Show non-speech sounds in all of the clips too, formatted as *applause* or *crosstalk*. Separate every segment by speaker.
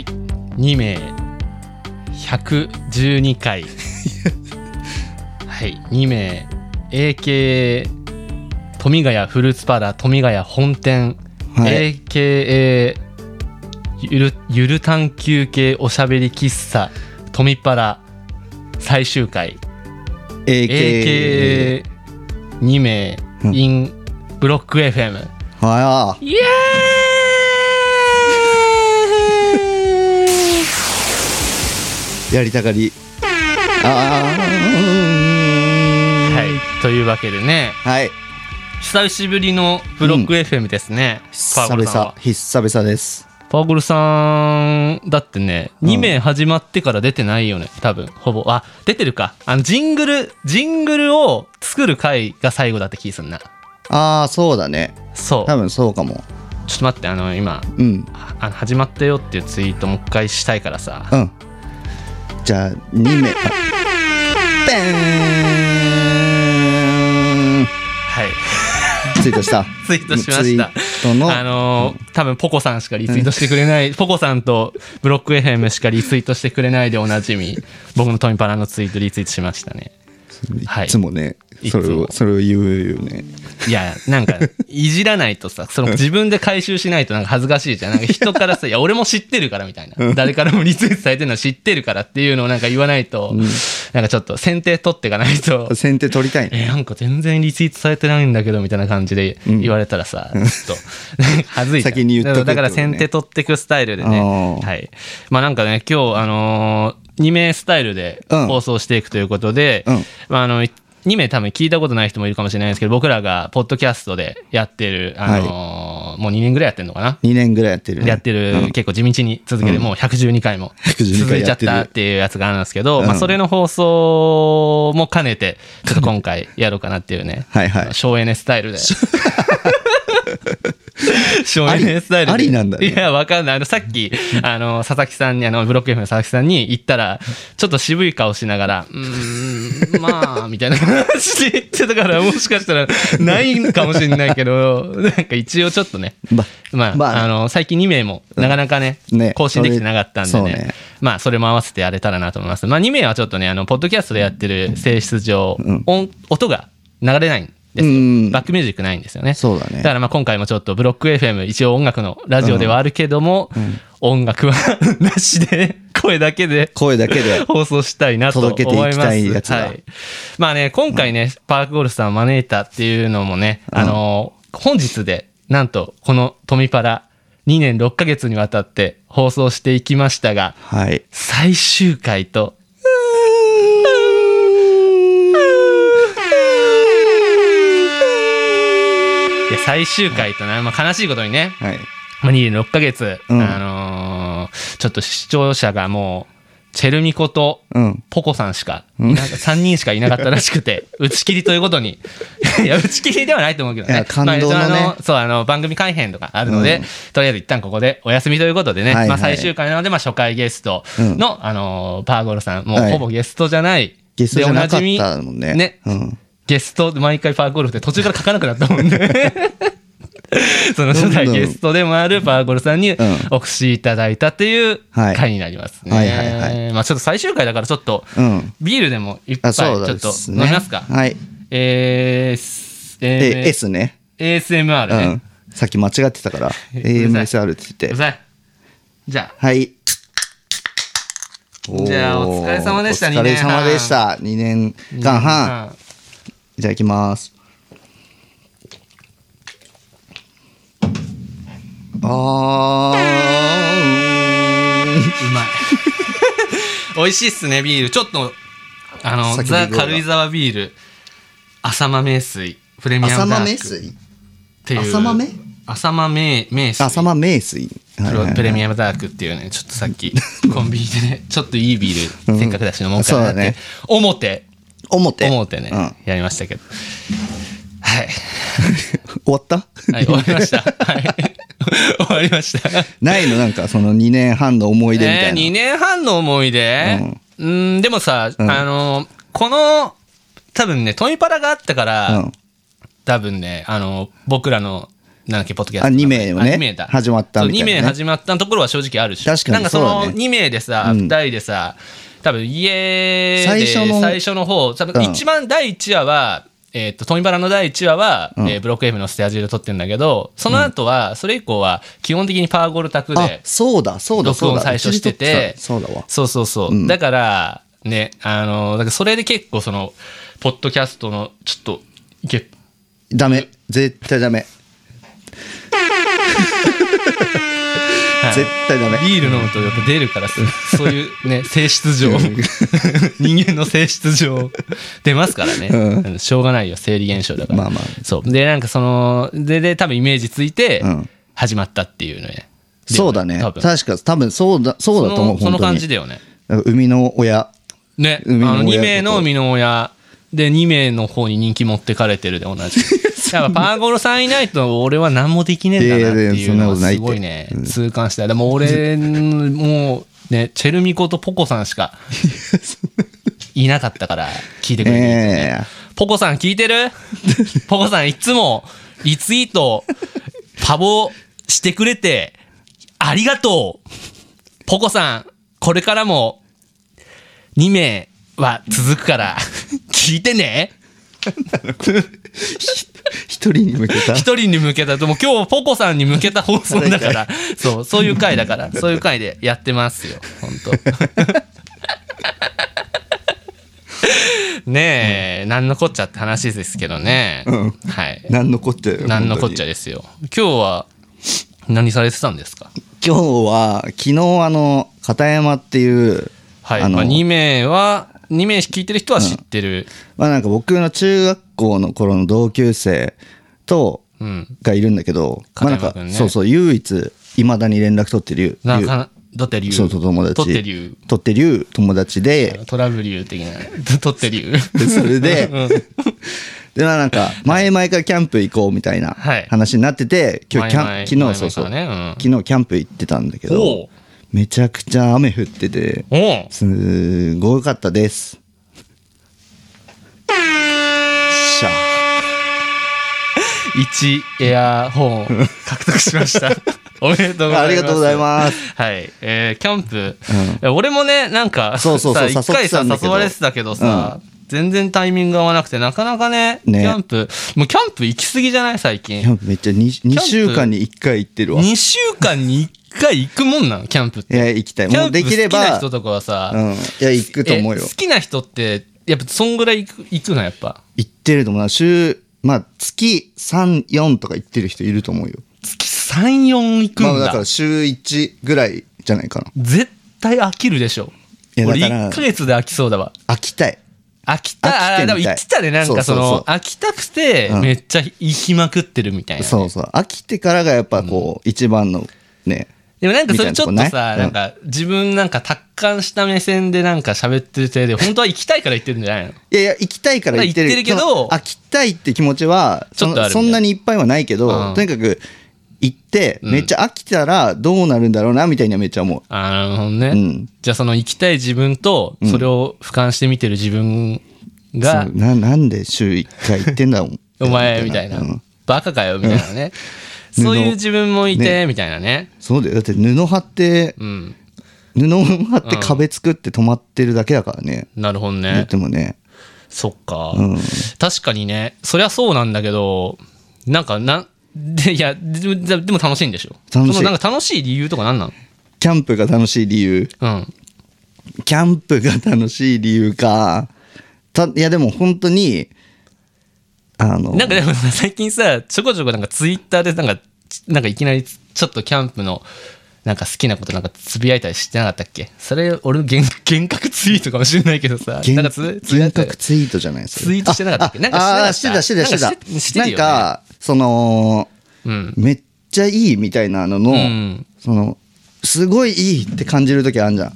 Speaker 1: 2名112回
Speaker 2: *laughs*
Speaker 1: はい2名 AKA 富ヶ谷フルーツパーラー富ヶ谷本店、
Speaker 2: はい。
Speaker 1: AKA ゆるゆる探求系おしゃべり喫茶富パラ最終回
Speaker 2: AKA。
Speaker 1: AKA2 名
Speaker 2: うん
Speaker 1: in ブロック FM
Speaker 2: は
Speaker 1: イエーイ
Speaker 2: い。やりた
Speaker 1: *laughs*
Speaker 2: がり。ああ。
Speaker 1: はい。、というわけでね
Speaker 2: はい。
Speaker 1: 久しぶりのブロック FM ですね、パー
Speaker 2: 久
Speaker 1: ゴルさんは
Speaker 2: 々、久々です。
Speaker 1: パーゴルさんだってね
Speaker 2: うん
Speaker 1: 2名始まってから出てないよね多分ほぼあ出てるかあのジングルジングルを作る回が最後だって気すんな
Speaker 2: ああ、そうだね。
Speaker 1: そう
Speaker 2: 多分そうかも。
Speaker 1: ちょっと待ってあの今
Speaker 2: うん。
Speaker 1: ああの始まったよっていうツイートもう一回したいからさ
Speaker 2: うん。じゃあ、2名。あ
Speaker 1: はい
Speaker 2: ペーンツイートした。
Speaker 1: ツイートしました
Speaker 2: ツイートの、
Speaker 1: あのー多分ポコさんしかリツイートしてくれない、ポコさんとブロック FM しかリツイートしてくれないでおなじみ僕のトミパラのツイートリツイートしましたねはい
Speaker 2: *laughs* いつもね、それ
Speaker 1: いつも
Speaker 2: を、それを言うよね。
Speaker 1: いや、なんか、いじらないとさ、その自分で回収しないとなんか恥ずかしいじゃん。なんか人からさ、いや、俺も知ってるからみたいな。誰からもリツイートされてるの知ってるからっていうのをなんか言わないと、なんかちょっと先手取っていかないと、
Speaker 2: 先手取りたいね。
Speaker 1: え、なんか全然リツイートされてないんだけどみたいな感じで言われたらさ、ちょっと、 *laughs* なんか恥ずいじゃん
Speaker 2: 先に言っとくってこと
Speaker 1: だ
Speaker 2: ね
Speaker 1: から先手取ってくスタイルでね。
Speaker 2: あー
Speaker 1: はい。まあなんかね、今日、あのー、2名スタイルで
Speaker 2: うん
Speaker 1: 放送していくということで、
Speaker 2: うん
Speaker 1: まああの、2名多分聞いたことない人もいるかもしれないですけど、僕らがポッドキャストでやってる、あのーもう2年ぐらいやってるのかな
Speaker 2: 2年ぐらいやってるね。
Speaker 1: やってる、
Speaker 2: うん
Speaker 1: 結構地道に続けて、もう112回も
Speaker 2: 112
Speaker 1: 続いちゃっ
Speaker 2: 回
Speaker 1: たっ
Speaker 2: やってる
Speaker 1: ていうやつがあるんですけど、
Speaker 2: うん、
Speaker 1: まあ、それの放送も兼ねて、ちょっと今回やろうかなっていうね
Speaker 2: はい *laughs* はい
Speaker 1: 省エネスタイルで。省
Speaker 2: *laughs* あ
Speaker 1: エ
Speaker 2: り
Speaker 1: ネスタイルで。
Speaker 2: ありなんだね
Speaker 1: いや、わかんない。あの、さっき、あの、佐々木さんに、あの、ブロック F の佐々木さんに言ったら、ちょっと渋い顔しながら、うーん、
Speaker 2: *laughs*
Speaker 1: まあ、みたいな話で言ってたから、もしかしたら、ないんかもしれないけど、なんか一応ちょっとね、
Speaker 2: ば
Speaker 1: まあ、
Speaker 2: まあ
Speaker 1: あの、最近2名も、なかなかね、
Speaker 2: うんね
Speaker 1: 更新できてなかったんで
Speaker 2: そ
Speaker 1: ね。
Speaker 2: れそうね
Speaker 1: まあ、それも合わせてやれたらなと思います。まあ、2名はちょっとね、あの、ポッドキャストでやってる性質上、音音が流れないんですよ、
Speaker 2: うん
Speaker 1: バックミュージックないんですよね。
Speaker 2: そうだね
Speaker 1: だからまあ、今回もちょっと、ブロック FM、一応音楽のラジオではあるけども、音楽は *laughs* なしで、声だけで。
Speaker 2: 声だけ *laughs* で。
Speaker 1: 放送したいなと思います。
Speaker 2: 届けていきたいやつだ
Speaker 1: はい。まあね、今回ね、パークゴルフさんを招いたっていうのもね、あのー本日で、なんと、このトミパラ、2年6ヶ月にわたって放送していきましたが、
Speaker 2: はい。
Speaker 1: 最終回と、いや最終回とな、まあ、悲しいことにね、
Speaker 2: はい。
Speaker 1: まあ、2年6ヶ月、
Speaker 2: うん
Speaker 1: あのーちょっと視聴者がもう、チェルミコと
Speaker 2: うん。
Speaker 1: ポコさんしか、なんか3人しかいなかったらしく
Speaker 2: *laughs*
Speaker 1: て、打ち切りということに。 *laughs* いや、打ち切りではないと思うけど
Speaker 2: い
Speaker 1: ね
Speaker 2: や。感動のね
Speaker 1: まあ一応あのそう、あの、番組改編とかあるので、
Speaker 2: うん
Speaker 1: とりあえず一旦ここでお休みということでね、
Speaker 2: はいはい
Speaker 1: まあ最終回なので、まあ初回ゲストの、あの、パーゴロさん、もう
Speaker 2: はい
Speaker 1: ほぼゲストじゃない。
Speaker 2: ゲストじゃなかっ
Speaker 1: でおな
Speaker 2: た
Speaker 1: じ
Speaker 2: も
Speaker 1: み
Speaker 2: んね。
Speaker 1: ね。
Speaker 2: うん。
Speaker 1: ゲスト、毎回パーゴルフで途中から書かなくなったもん
Speaker 2: *laughs*
Speaker 1: ね。その初代ゲストでもあるパーゴルさんにお越しいただいたっていう
Speaker 2: はい
Speaker 1: 回になりますね。
Speaker 2: はいはいは
Speaker 1: まあちょっと最終回だからちょっと、
Speaker 2: うん。
Speaker 1: ビールでも一杯
Speaker 2: あ、
Speaker 1: ちょ
Speaker 2: そう
Speaker 1: っ
Speaker 2: で
Speaker 1: と
Speaker 2: す
Speaker 1: 飲
Speaker 2: ね。
Speaker 1: みますか。
Speaker 2: はい。
Speaker 1: えーす
Speaker 2: で、
Speaker 1: え
Speaker 2: S ね。
Speaker 1: ー、ASMR
Speaker 2: う
Speaker 1: ね
Speaker 2: ん。。さっき間違ってた
Speaker 1: *laughs*
Speaker 2: から、AMSR って
Speaker 1: う
Speaker 2: 言
Speaker 1: る
Speaker 2: って。
Speaker 1: さい。じゃあ、
Speaker 2: はい。
Speaker 1: じゃあお疲れ様でした
Speaker 2: お疲
Speaker 1: 二
Speaker 2: れ様
Speaker 1: 年半
Speaker 2: でした。2年間半。
Speaker 1: うん
Speaker 2: いただきます。あーうん
Speaker 1: うまい。 *laughs* 美味しいっすね、ビール。ちょっと、あの、
Speaker 2: 先に
Speaker 1: ザ・
Speaker 2: どうだ
Speaker 1: 軽井沢ビール、浅間名水、プレミア
Speaker 2: 浅
Speaker 1: ムダー
Speaker 2: 間名
Speaker 1: クっ
Speaker 2: 水
Speaker 1: ていう。
Speaker 2: 浅間名
Speaker 1: 浅間名名水。
Speaker 2: 浅間名水。はいはいはい
Speaker 1: プレミアムダークっていうね、ちょっとさっき、コンビニでね、ちょっといいビール、せっかくだし飲もうかなっ
Speaker 2: *laughs* そうだ
Speaker 1: て
Speaker 2: ね。
Speaker 1: 表、
Speaker 2: 表。
Speaker 1: 表ね
Speaker 2: うん、
Speaker 1: やりましたけど。はい。
Speaker 2: 終わった
Speaker 1: はい、終わりました。はい。終わりました。
Speaker 2: *laughs* ないのなんかその2年半の思い出みた
Speaker 1: えー、2
Speaker 2: いな。
Speaker 1: 年半の思い出うんんでもさ、あのこの多分ねトミパラがあったから、
Speaker 2: うん
Speaker 1: 多分ねあの僕らのなんだっけ、ポッドキャスト。
Speaker 2: あ二名よね
Speaker 1: あ二名だ。
Speaker 2: 始まったみたいなね
Speaker 1: そう二名始まったところは正直あるし。
Speaker 2: 確かに
Speaker 1: なんかそ
Speaker 2: そう
Speaker 1: の
Speaker 2: だね
Speaker 1: 2名でさ、
Speaker 2: うん
Speaker 1: 2人でさ、多分家で
Speaker 2: 最初の
Speaker 1: 最初の方、多分
Speaker 2: うん
Speaker 1: 一番第1話は、えっと、トミバラの第1話は、
Speaker 2: ん
Speaker 1: えーブロック F のステアジオで撮ってるんだけど、その後は、それ以降は、基本的にパーゴルタク
Speaker 2: あ
Speaker 1: で、
Speaker 2: そうだそうだ
Speaker 1: 録
Speaker 2: そう
Speaker 1: 音
Speaker 2: だ
Speaker 1: 最初してて
Speaker 2: うちにとってたそうだわ
Speaker 1: そうそうそう。
Speaker 2: うん
Speaker 1: だから、ね、あの、だからそれで結構その、ポッドキャストの、ちょっと、いけ、
Speaker 2: ダメ絶対ダメ
Speaker 1: *laughs* はい
Speaker 2: 絶対ダメ
Speaker 1: ビール飲むとやっぱ出るから、そそういう
Speaker 2: *laughs*
Speaker 1: ね、性質上、 *laughs* 人間の性質
Speaker 2: *laughs*
Speaker 1: 上、出ますからね、
Speaker 2: う
Speaker 1: うんしょうがないよ、生理現象だから。
Speaker 2: まあまあ
Speaker 1: そう。で、なんかその、で、で、多分イメージついて
Speaker 2: うん、
Speaker 1: 始まったっていうのね。で
Speaker 2: そうだね
Speaker 1: 多分。
Speaker 2: 確か多分そうだそうだと思う
Speaker 1: そのその
Speaker 2: 本当
Speaker 1: 感
Speaker 2: に
Speaker 1: じだよね。
Speaker 2: なんか生みの親
Speaker 1: ね、あ
Speaker 2: 生みの親
Speaker 1: の2名の
Speaker 2: こと
Speaker 1: 生みの親で2名の方に人気持ってかれてるで同じ *laughs* やっぱパーゴロさんいないと俺は何もできねえんだなっていうのはすごいね
Speaker 2: いやいや
Speaker 1: 痛感したでも俺もうねチェルミコとポコさんし *laughs* かいなかったから聞いてくれてるんですよね、
Speaker 2: ええ
Speaker 1: ポコさん聞いてる
Speaker 2: *laughs*
Speaker 1: ポコさんいつもリツイートパボしてくれてありがとうポコさんこれからも2名は続くから、聞いてね。
Speaker 2: 一人に向けた
Speaker 1: 一人に向けた、でも今日ポコさんに向けた放送だ
Speaker 2: *laughs*
Speaker 1: から、そう、そういう回だから、そういう回でやってますよ、本
Speaker 2: *laughs*
Speaker 1: 当ねえ、なんのこっちゃって話ですけどね。
Speaker 2: うん
Speaker 1: はい。
Speaker 2: *laughs* 何のこっちゃよ
Speaker 1: なんのこっちゃ
Speaker 2: 本
Speaker 1: ですよ。今日は、何されてたんですか
Speaker 2: 当に今日は昨日あの片山っていう
Speaker 1: はい。
Speaker 2: あの
Speaker 1: まあ、2名は、2名聞いてる人は知ってる。
Speaker 2: まあなんか僕の中学校の頃の同級生と
Speaker 1: うん。
Speaker 2: がいるんだけど、ま
Speaker 1: 片
Speaker 2: あなん
Speaker 1: 山
Speaker 2: か、
Speaker 1: 君ね
Speaker 2: そうそう唯一いまだに連絡取ってる
Speaker 1: な
Speaker 2: ゆ
Speaker 1: かな、ドテリュー。
Speaker 2: そうそう友達
Speaker 1: ドテリュー。
Speaker 2: 取ってる友達で
Speaker 1: トラブリュー的 *laughs* な、とってる
Speaker 2: でそれで、でまあなんか前々からキャンプ行こうみたいな
Speaker 1: はい
Speaker 2: 話になってて、今日キャン昨日そうそう、
Speaker 1: ね、
Speaker 2: 昨日キャンプ行ってたんだけ
Speaker 1: うん、
Speaker 2: ど
Speaker 1: おう
Speaker 2: めちゃくちゃ雨降ってて
Speaker 1: おう
Speaker 2: すごかったです。しゃ
Speaker 1: *laughs* 一エアホーン獲得しま
Speaker 2: *laughs*
Speaker 1: した。おめでとうございます。
Speaker 2: ありがとうございます。
Speaker 1: はい。えーキャンプ、俺もね、なんか、
Speaker 2: そうそうそう
Speaker 1: さ一回さ
Speaker 2: 誘ってたんだ、け
Speaker 1: 誘
Speaker 2: ど
Speaker 1: われてたけどさ、全然タイミング合わなくて、なかなかね、
Speaker 2: ね
Speaker 1: キャンプ、もうキャンプ行き過ぎじゃない最
Speaker 2: キャ
Speaker 1: 近。
Speaker 2: ンプめっちゃ 2,
Speaker 1: ンプ
Speaker 2: 週間に1回行ってるわ。い
Speaker 1: 2週間に1回行くもんなの、キャンプって。
Speaker 2: や、行きたい。
Speaker 1: キャ
Speaker 2: も
Speaker 1: ン
Speaker 2: う
Speaker 1: プ
Speaker 2: で
Speaker 1: 好
Speaker 2: き
Speaker 1: きな
Speaker 2: れば、
Speaker 1: 人とかはさ
Speaker 2: う、ん。いや、行くと思うよ
Speaker 1: え好。きな人って、やっぱそんぐらい行く行くの、やっぱ。
Speaker 2: 行ってると思うな。週、まあ、月3、4とか行ってる人いると思うよ。
Speaker 1: 月3、4行くん
Speaker 2: ま
Speaker 1: だ。
Speaker 2: あ、だから週1ぐらいじゃないかな。
Speaker 1: 絶対飽きるでしょ。
Speaker 2: いや
Speaker 1: 俺
Speaker 2: だから
Speaker 1: 1ヶ月で飽きそうだわ。
Speaker 2: 飽きたい。
Speaker 1: 飽きた、あ
Speaker 2: 飽きてみたい
Speaker 1: ーでも言ってたね、なんかそ
Speaker 2: そうそ
Speaker 1: の、
Speaker 2: うそ
Speaker 1: 飽きたくて、
Speaker 2: うん
Speaker 1: めっちゃ行きまくってるみたいな。
Speaker 2: そうそう。飽きてからがやっぱこう、一番のね、
Speaker 1: でもなんかそれちょっと
Speaker 2: みたいなとこ
Speaker 1: さ、
Speaker 2: ない
Speaker 1: なんか自分なんか達観した目線でなんか喋ってるせい
Speaker 2: *laughs*
Speaker 1: で、本当は行きたいから行ってるんじゃないの
Speaker 2: いやいや、行きたいから行ってる。
Speaker 1: 行ってるけど
Speaker 2: その飽きたいって気持ちは、そ
Speaker 1: ちょ
Speaker 2: の
Speaker 1: っとあるみたい
Speaker 2: そんなにいっぱいはないけど、
Speaker 1: うん
Speaker 2: とにかく、行って、
Speaker 1: ん
Speaker 2: めっちゃ飽きたらどうなるんだろうな、みたいにはめっちゃ思う。
Speaker 1: あーなるほどね。
Speaker 2: うん
Speaker 1: じゃあその行きたい自分と、それを俯瞰して見てる自分が
Speaker 2: そう、ななんで週1回行ってんだろう
Speaker 1: *laughs* お前みたいな
Speaker 2: うん、
Speaker 1: バカかよみたいなね。
Speaker 2: うん
Speaker 1: そういう
Speaker 2: 布
Speaker 1: 自分もいて、みたいなね。
Speaker 2: そうだよだって布貼って
Speaker 1: うん。
Speaker 2: 布を貼って壁作って止まってるだけだからね、
Speaker 1: なるほどね。
Speaker 2: 言ってもね
Speaker 1: そっか、
Speaker 2: うん
Speaker 1: 確かにねそりゃそうなんだけどなんかなでいやでででも楽しいんでしょ
Speaker 2: 楽しい
Speaker 1: そのなんか楽しい理由とか何なの
Speaker 2: キャンプが楽しい理由
Speaker 1: うん
Speaker 2: キャンプが楽しい理由かたいやでも本当にあの
Speaker 1: なんかでもさ最近さちょこちょこなんかツイッターでなんかちなんかいきなりちょっとキャンプのなんか好きなことなんかつぶやいたりしてなかったっけそれ俺の幻幻覚ツイートかもしれないけどさ
Speaker 2: 幻
Speaker 1: なんかつつぶやい
Speaker 2: 幻
Speaker 1: た
Speaker 2: 覚ツイートじゃないです
Speaker 1: ツイートしてなかったっけなんか
Speaker 2: ああ
Speaker 1: して
Speaker 2: して
Speaker 1: なかったなん
Speaker 2: たしてたして
Speaker 1: かしてして
Speaker 2: た
Speaker 1: るよ
Speaker 2: な
Speaker 1: ね
Speaker 2: んかその
Speaker 1: うん
Speaker 2: めっちゃいいみたいなのの、
Speaker 1: うん
Speaker 2: そのすごいいいって感じる時あるじゃん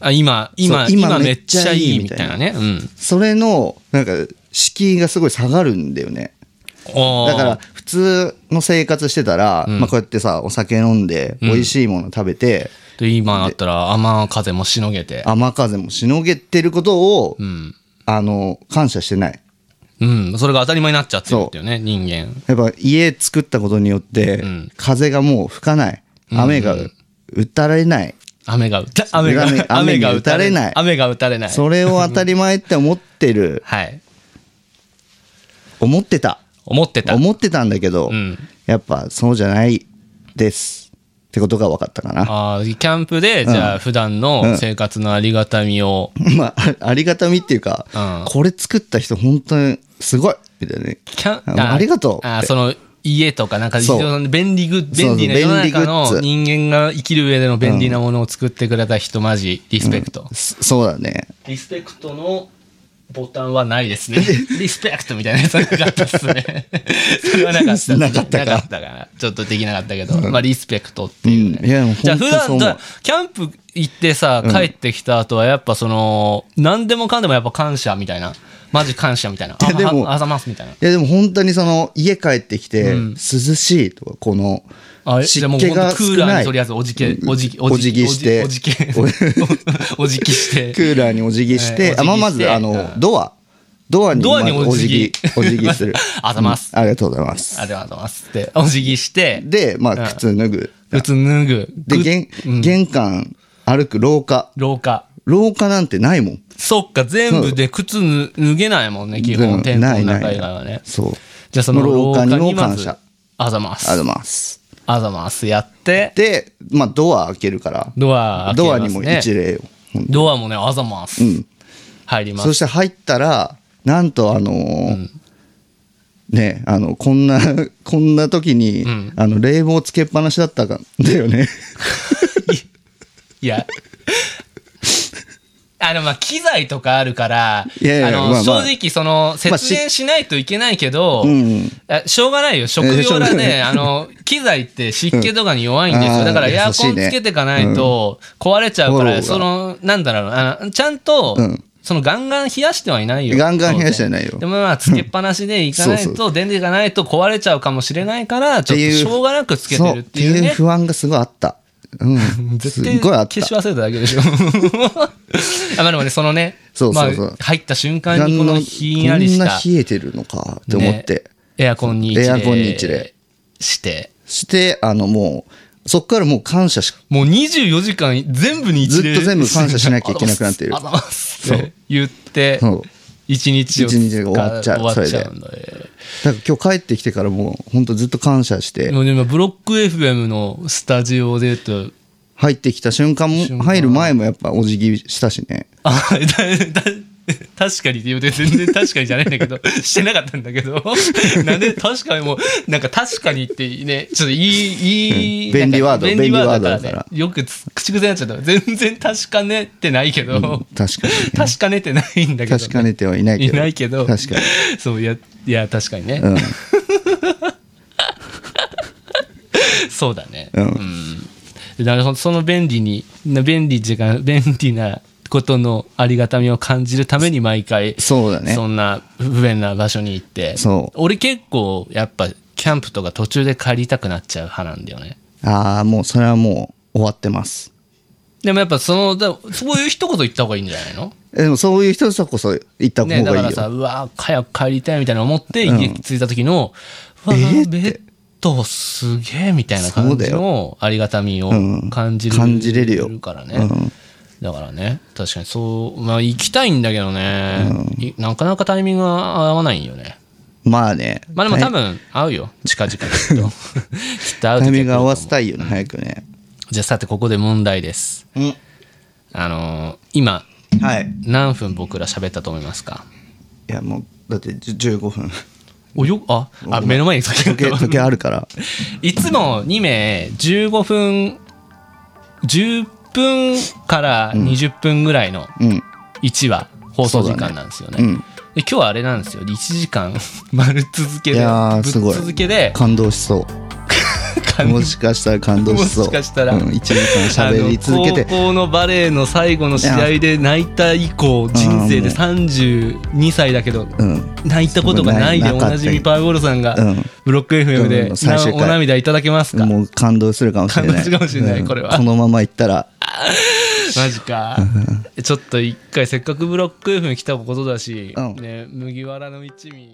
Speaker 1: あ今今
Speaker 2: そう
Speaker 1: 今
Speaker 2: 今
Speaker 1: めっちゃいいみ
Speaker 2: めっち
Speaker 1: た
Speaker 2: ゃ
Speaker 1: いな
Speaker 2: いいみた
Speaker 1: い
Speaker 2: な
Speaker 1: ねうん
Speaker 2: それのなんか敷居がすごい下がるんだよね
Speaker 1: おー
Speaker 2: だから普通の生活してたら、
Speaker 1: ん
Speaker 2: まあ、こうやってさお酒飲んで
Speaker 1: ん
Speaker 2: 美味しいもの食べて、
Speaker 1: で今だったら雨風もしのげて
Speaker 2: 雨風もしのげてることを、
Speaker 1: うん
Speaker 2: あの感謝してない
Speaker 1: うん、それが当たり前になっちゃってるっていうね、人間。
Speaker 2: やっぱ家作ったことによって、
Speaker 1: ん
Speaker 2: 風がもう吹かない雨が打たれない、
Speaker 1: 雨が打た、雨が
Speaker 2: 雨、
Speaker 1: 雨が打たれない雨
Speaker 2: 雨に打たれない。
Speaker 1: が打たれない。
Speaker 2: それを当たり前って思っ
Speaker 1: *laughs*
Speaker 2: てる
Speaker 1: はい。
Speaker 2: 思ってた
Speaker 1: 思ってた。
Speaker 2: 思ってたんだけど、
Speaker 1: うん
Speaker 2: やっぱそうじゃないですってことが分かったかな
Speaker 1: ああ、キャンプで、じゃあ、普段の生活のありがたみを、
Speaker 2: *laughs* まああありがたみっていうか、
Speaker 1: うん
Speaker 2: これ作った人本当にすごいみたいなね
Speaker 1: キャン
Speaker 2: あありがとう
Speaker 1: あ
Speaker 2: っ
Speaker 1: ー
Speaker 2: て
Speaker 1: その家とかなんか
Speaker 2: そう
Speaker 1: 非常に便利グッ
Speaker 2: そう
Speaker 1: 便
Speaker 2: そう
Speaker 1: 利な世の中
Speaker 2: 便
Speaker 1: の
Speaker 2: 利
Speaker 1: 人間が生きる上での便利なものを作ってくれた人マジリスペクト、
Speaker 2: そそうだね
Speaker 1: リスペクトのボタンはないですねリスペクトみたいなやつはなかったです
Speaker 2: *laughs*
Speaker 1: ねそれはなかったっすね
Speaker 2: なかったか
Speaker 1: なかったからちょっとできなかったけど、まあリスペクトっていうね、
Speaker 2: うんいやもう
Speaker 1: じゃあ普
Speaker 2: ほ
Speaker 1: 段
Speaker 2: んとそう思う
Speaker 1: だキャンプ行ってさ帰ってきた後はやっぱその、何でもかんでもやっぱ感謝みたいなマジ感謝みたいない
Speaker 2: やでも
Speaker 1: ああざますみたいない
Speaker 2: やでも本当にその家帰ってきて涼しいとかこの
Speaker 1: あれ
Speaker 2: 湿
Speaker 1: でも
Speaker 2: 気
Speaker 1: ほん
Speaker 2: が
Speaker 1: とク
Speaker 2: 少
Speaker 1: ーラー
Speaker 2: な
Speaker 1: に
Speaker 2: い
Speaker 1: とりあえずおじけ、おじ、
Speaker 2: おじぎして
Speaker 1: おじぎおじぎ *laughs* おじぎして。
Speaker 2: *laughs* クーラーにお辞儀して、
Speaker 1: えー
Speaker 2: あまあ
Speaker 1: お
Speaker 2: ま
Speaker 1: 辞儀して
Speaker 2: ずあの、
Speaker 1: うん
Speaker 2: ドアドアに
Speaker 1: ドアに
Speaker 2: まず
Speaker 1: お辞儀
Speaker 2: お辞儀する
Speaker 1: *laughs* あざます
Speaker 2: うんありがとうございます
Speaker 1: ありがとうございます。で、おじぎして、
Speaker 2: でま
Speaker 1: うん
Speaker 2: あ靴脱ぐ、
Speaker 1: 靴脱ぐ。
Speaker 2: で
Speaker 1: ぐ
Speaker 2: 玄,、玄関歩く廊下
Speaker 1: 廊下。
Speaker 2: 廊下なんてないもん
Speaker 1: そっか、全部で靴脱脱げないもんね、基
Speaker 2: う
Speaker 1: 本、
Speaker 2: ん
Speaker 1: テントの
Speaker 2: ないな
Speaker 1: 中
Speaker 2: い
Speaker 1: 以外はね。
Speaker 2: そう
Speaker 1: じゃあその廊
Speaker 2: 廊
Speaker 1: 下
Speaker 2: 下にも
Speaker 1: にまず
Speaker 2: 感謝、
Speaker 1: あざま
Speaker 2: ありがとう
Speaker 1: す。
Speaker 2: ございます
Speaker 1: あざます。やって、
Speaker 2: でまあドア開けるから
Speaker 1: ドア開け
Speaker 2: ドア
Speaker 1: ま
Speaker 2: に
Speaker 1: す
Speaker 2: も
Speaker 1: ね
Speaker 2: 一礼を
Speaker 1: ドアもね、あざます。入りま
Speaker 2: そ
Speaker 1: す。
Speaker 2: して入ったらなんとあのーねあのこんな *laughs* こんな時に、あの冷房つけっぱなしだったんだよね
Speaker 1: いや。 *laughs* あの、まあ、機材とかあるから、
Speaker 2: いやいや
Speaker 1: あの、
Speaker 2: まあまあ
Speaker 1: 正直、その、
Speaker 2: まあ
Speaker 1: 節
Speaker 2: し
Speaker 1: 電しないといけないけど、
Speaker 2: ん
Speaker 1: あしょうがないよ。食
Speaker 2: えしょ
Speaker 1: 用
Speaker 2: うが
Speaker 1: だ
Speaker 2: な
Speaker 1: ね、
Speaker 2: い
Speaker 1: あ
Speaker 2: *laughs*
Speaker 1: の、機材って湿気とかに弱いんですよ。
Speaker 2: うん
Speaker 1: だから、
Speaker 2: あー
Speaker 1: エアコ
Speaker 2: 優
Speaker 1: ン
Speaker 2: しいね
Speaker 1: つけていかないと壊れちゃうから、
Speaker 2: フォローが
Speaker 1: その、なんだろうな、あのちゃんと、
Speaker 2: うん
Speaker 1: そのガンガン冷やしてはいないよ。
Speaker 2: ガンガン冷やしてはないよ
Speaker 1: 当然でもまあ、つけっぱなしでいかない
Speaker 2: そうそ
Speaker 1: と、電力がないと壊れちゃうかもしれないから、ちょっとしょうがなくつけてるっていう
Speaker 2: そ
Speaker 1: ね。
Speaker 2: 不安がすごいあった、うん、す
Speaker 1: *laughs* 絶
Speaker 2: っ
Speaker 1: 対
Speaker 2: ごいあった
Speaker 1: 消し忘れただけで
Speaker 2: *laughs*
Speaker 1: しょ。あまあでもね、そのね、
Speaker 2: そうそうそう
Speaker 1: まあ、入った瞬間にこのひんやりし
Speaker 2: こん
Speaker 1: た
Speaker 2: な、冷えてるのかって思って、
Speaker 1: ねエアコンに一礼
Speaker 2: エアコンに一礼
Speaker 1: して、
Speaker 2: してあのもうそっからもう感謝し
Speaker 1: もう24時間全部に一礼
Speaker 2: ずっと全部感謝しなきゃいけなくなっ
Speaker 1: *laughs*
Speaker 2: てる
Speaker 1: あざますって言って
Speaker 2: そう、
Speaker 1: 一日を
Speaker 2: 一日が終わっちゃう
Speaker 1: 終わっちゃ
Speaker 2: それ
Speaker 1: うんだね。
Speaker 2: だから今日帰ってきてからもう本当ずっと感謝して、
Speaker 1: でも今、ブロック FM のスタジオで言うと、
Speaker 2: 入ってきた瞬間も
Speaker 1: 瞬間
Speaker 2: 入る前もやっぱお辞儀したしね
Speaker 1: あだだ *laughs* 確かにって言うて全然確かにじゃないんだ
Speaker 2: *laughs*
Speaker 1: けどしてなかったんだけど *laughs* なんで確かにもうなんか確かにってねちょっといいいい
Speaker 2: うん便利ワード
Speaker 1: なんか便利ワードだ
Speaker 2: 便利ワードだ
Speaker 1: か
Speaker 2: から
Speaker 1: らねよくつ口癖になっちゃった全然確かねってないけど、
Speaker 2: 確かに、ね、
Speaker 1: 確かねってないんだけどね、
Speaker 2: 確かねてはいないけど
Speaker 1: いないけど
Speaker 2: 確かに
Speaker 1: そういやいや確かにね、
Speaker 2: うん
Speaker 1: そうだね
Speaker 2: うん
Speaker 1: うん、なるほどその便利にな便利時間便利なことのありがたみを感じるために毎回
Speaker 2: そうだね
Speaker 1: そんな不便な場所に行って
Speaker 2: そう
Speaker 1: 俺結構やっぱキャンプとか途中で帰りたくなっちゃう派なんだよね
Speaker 2: ああもうそれはもう終わってます
Speaker 1: でもやっぱそのだそういう一言言った方がいいんじゃないの
Speaker 2: えでもそういう人とこそ行った方が
Speaker 1: ね、
Speaker 2: いい
Speaker 1: だ
Speaker 2: よ、
Speaker 1: からさうわ早く帰りたいみたいな思って家着いた時の、うわベッドすげえみたいな感
Speaker 2: そう
Speaker 1: じ
Speaker 2: だ
Speaker 1: のありがたみを
Speaker 2: うん
Speaker 1: 感じる,、
Speaker 2: 感じれるよ
Speaker 1: からね、
Speaker 2: うん
Speaker 1: だからね確かにそうまあ行きたいんだけどね、いなかなかタイミングが合わないんよね
Speaker 2: まあね
Speaker 1: まあでも多分合うよ近々き
Speaker 2: *laughs*
Speaker 1: っときっと合う
Speaker 2: タイ
Speaker 1: 時は来る
Speaker 2: ミング
Speaker 1: と
Speaker 2: 合
Speaker 1: 思う
Speaker 2: わせたいよね早くね
Speaker 1: じゃあさてここで問題です
Speaker 2: うん
Speaker 1: あのー今
Speaker 2: はい
Speaker 1: 何分僕ら喋ったと思いますか
Speaker 2: いやもうだってじゅ15分
Speaker 1: *laughs* およああ目の前に時計
Speaker 2: 時計時計あるから
Speaker 1: いつも2名15分10分から20分ぐらいの
Speaker 2: うん
Speaker 1: 1話放送時間なんですよね。
Speaker 2: うん
Speaker 1: で今日はあれなんですよ1時間 *laughs* 丸続け
Speaker 2: い
Speaker 1: で
Speaker 2: やー
Speaker 1: ぶっ
Speaker 2: すごい
Speaker 1: 続けで
Speaker 2: 感動しそ
Speaker 1: 感
Speaker 2: うもしかしたら感動しそう
Speaker 1: もしかしたら
Speaker 2: うん、1時間喋り続け
Speaker 1: あの
Speaker 2: て
Speaker 1: 高校のバレーの最後の試合で泣いた以降人生で32歳だけど
Speaker 2: うん
Speaker 1: 泣いたことがないで
Speaker 2: なか
Speaker 1: お
Speaker 2: った
Speaker 1: なじみパーゴルさんが
Speaker 2: うん
Speaker 1: ブロック FM で
Speaker 2: うん最終
Speaker 1: な
Speaker 2: 回
Speaker 1: お涙いただけますか
Speaker 2: もう感動するかもしれない
Speaker 1: 感動するかもしれない
Speaker 2: うん
Speaker 1: これは
Speaker 2: このまま行ったら
Speaker 1: マジか。ちょっと一回せっかくブロック F に来たことだし、
Speaker 2: うん
Speaker 1: ね、麦わらの一味。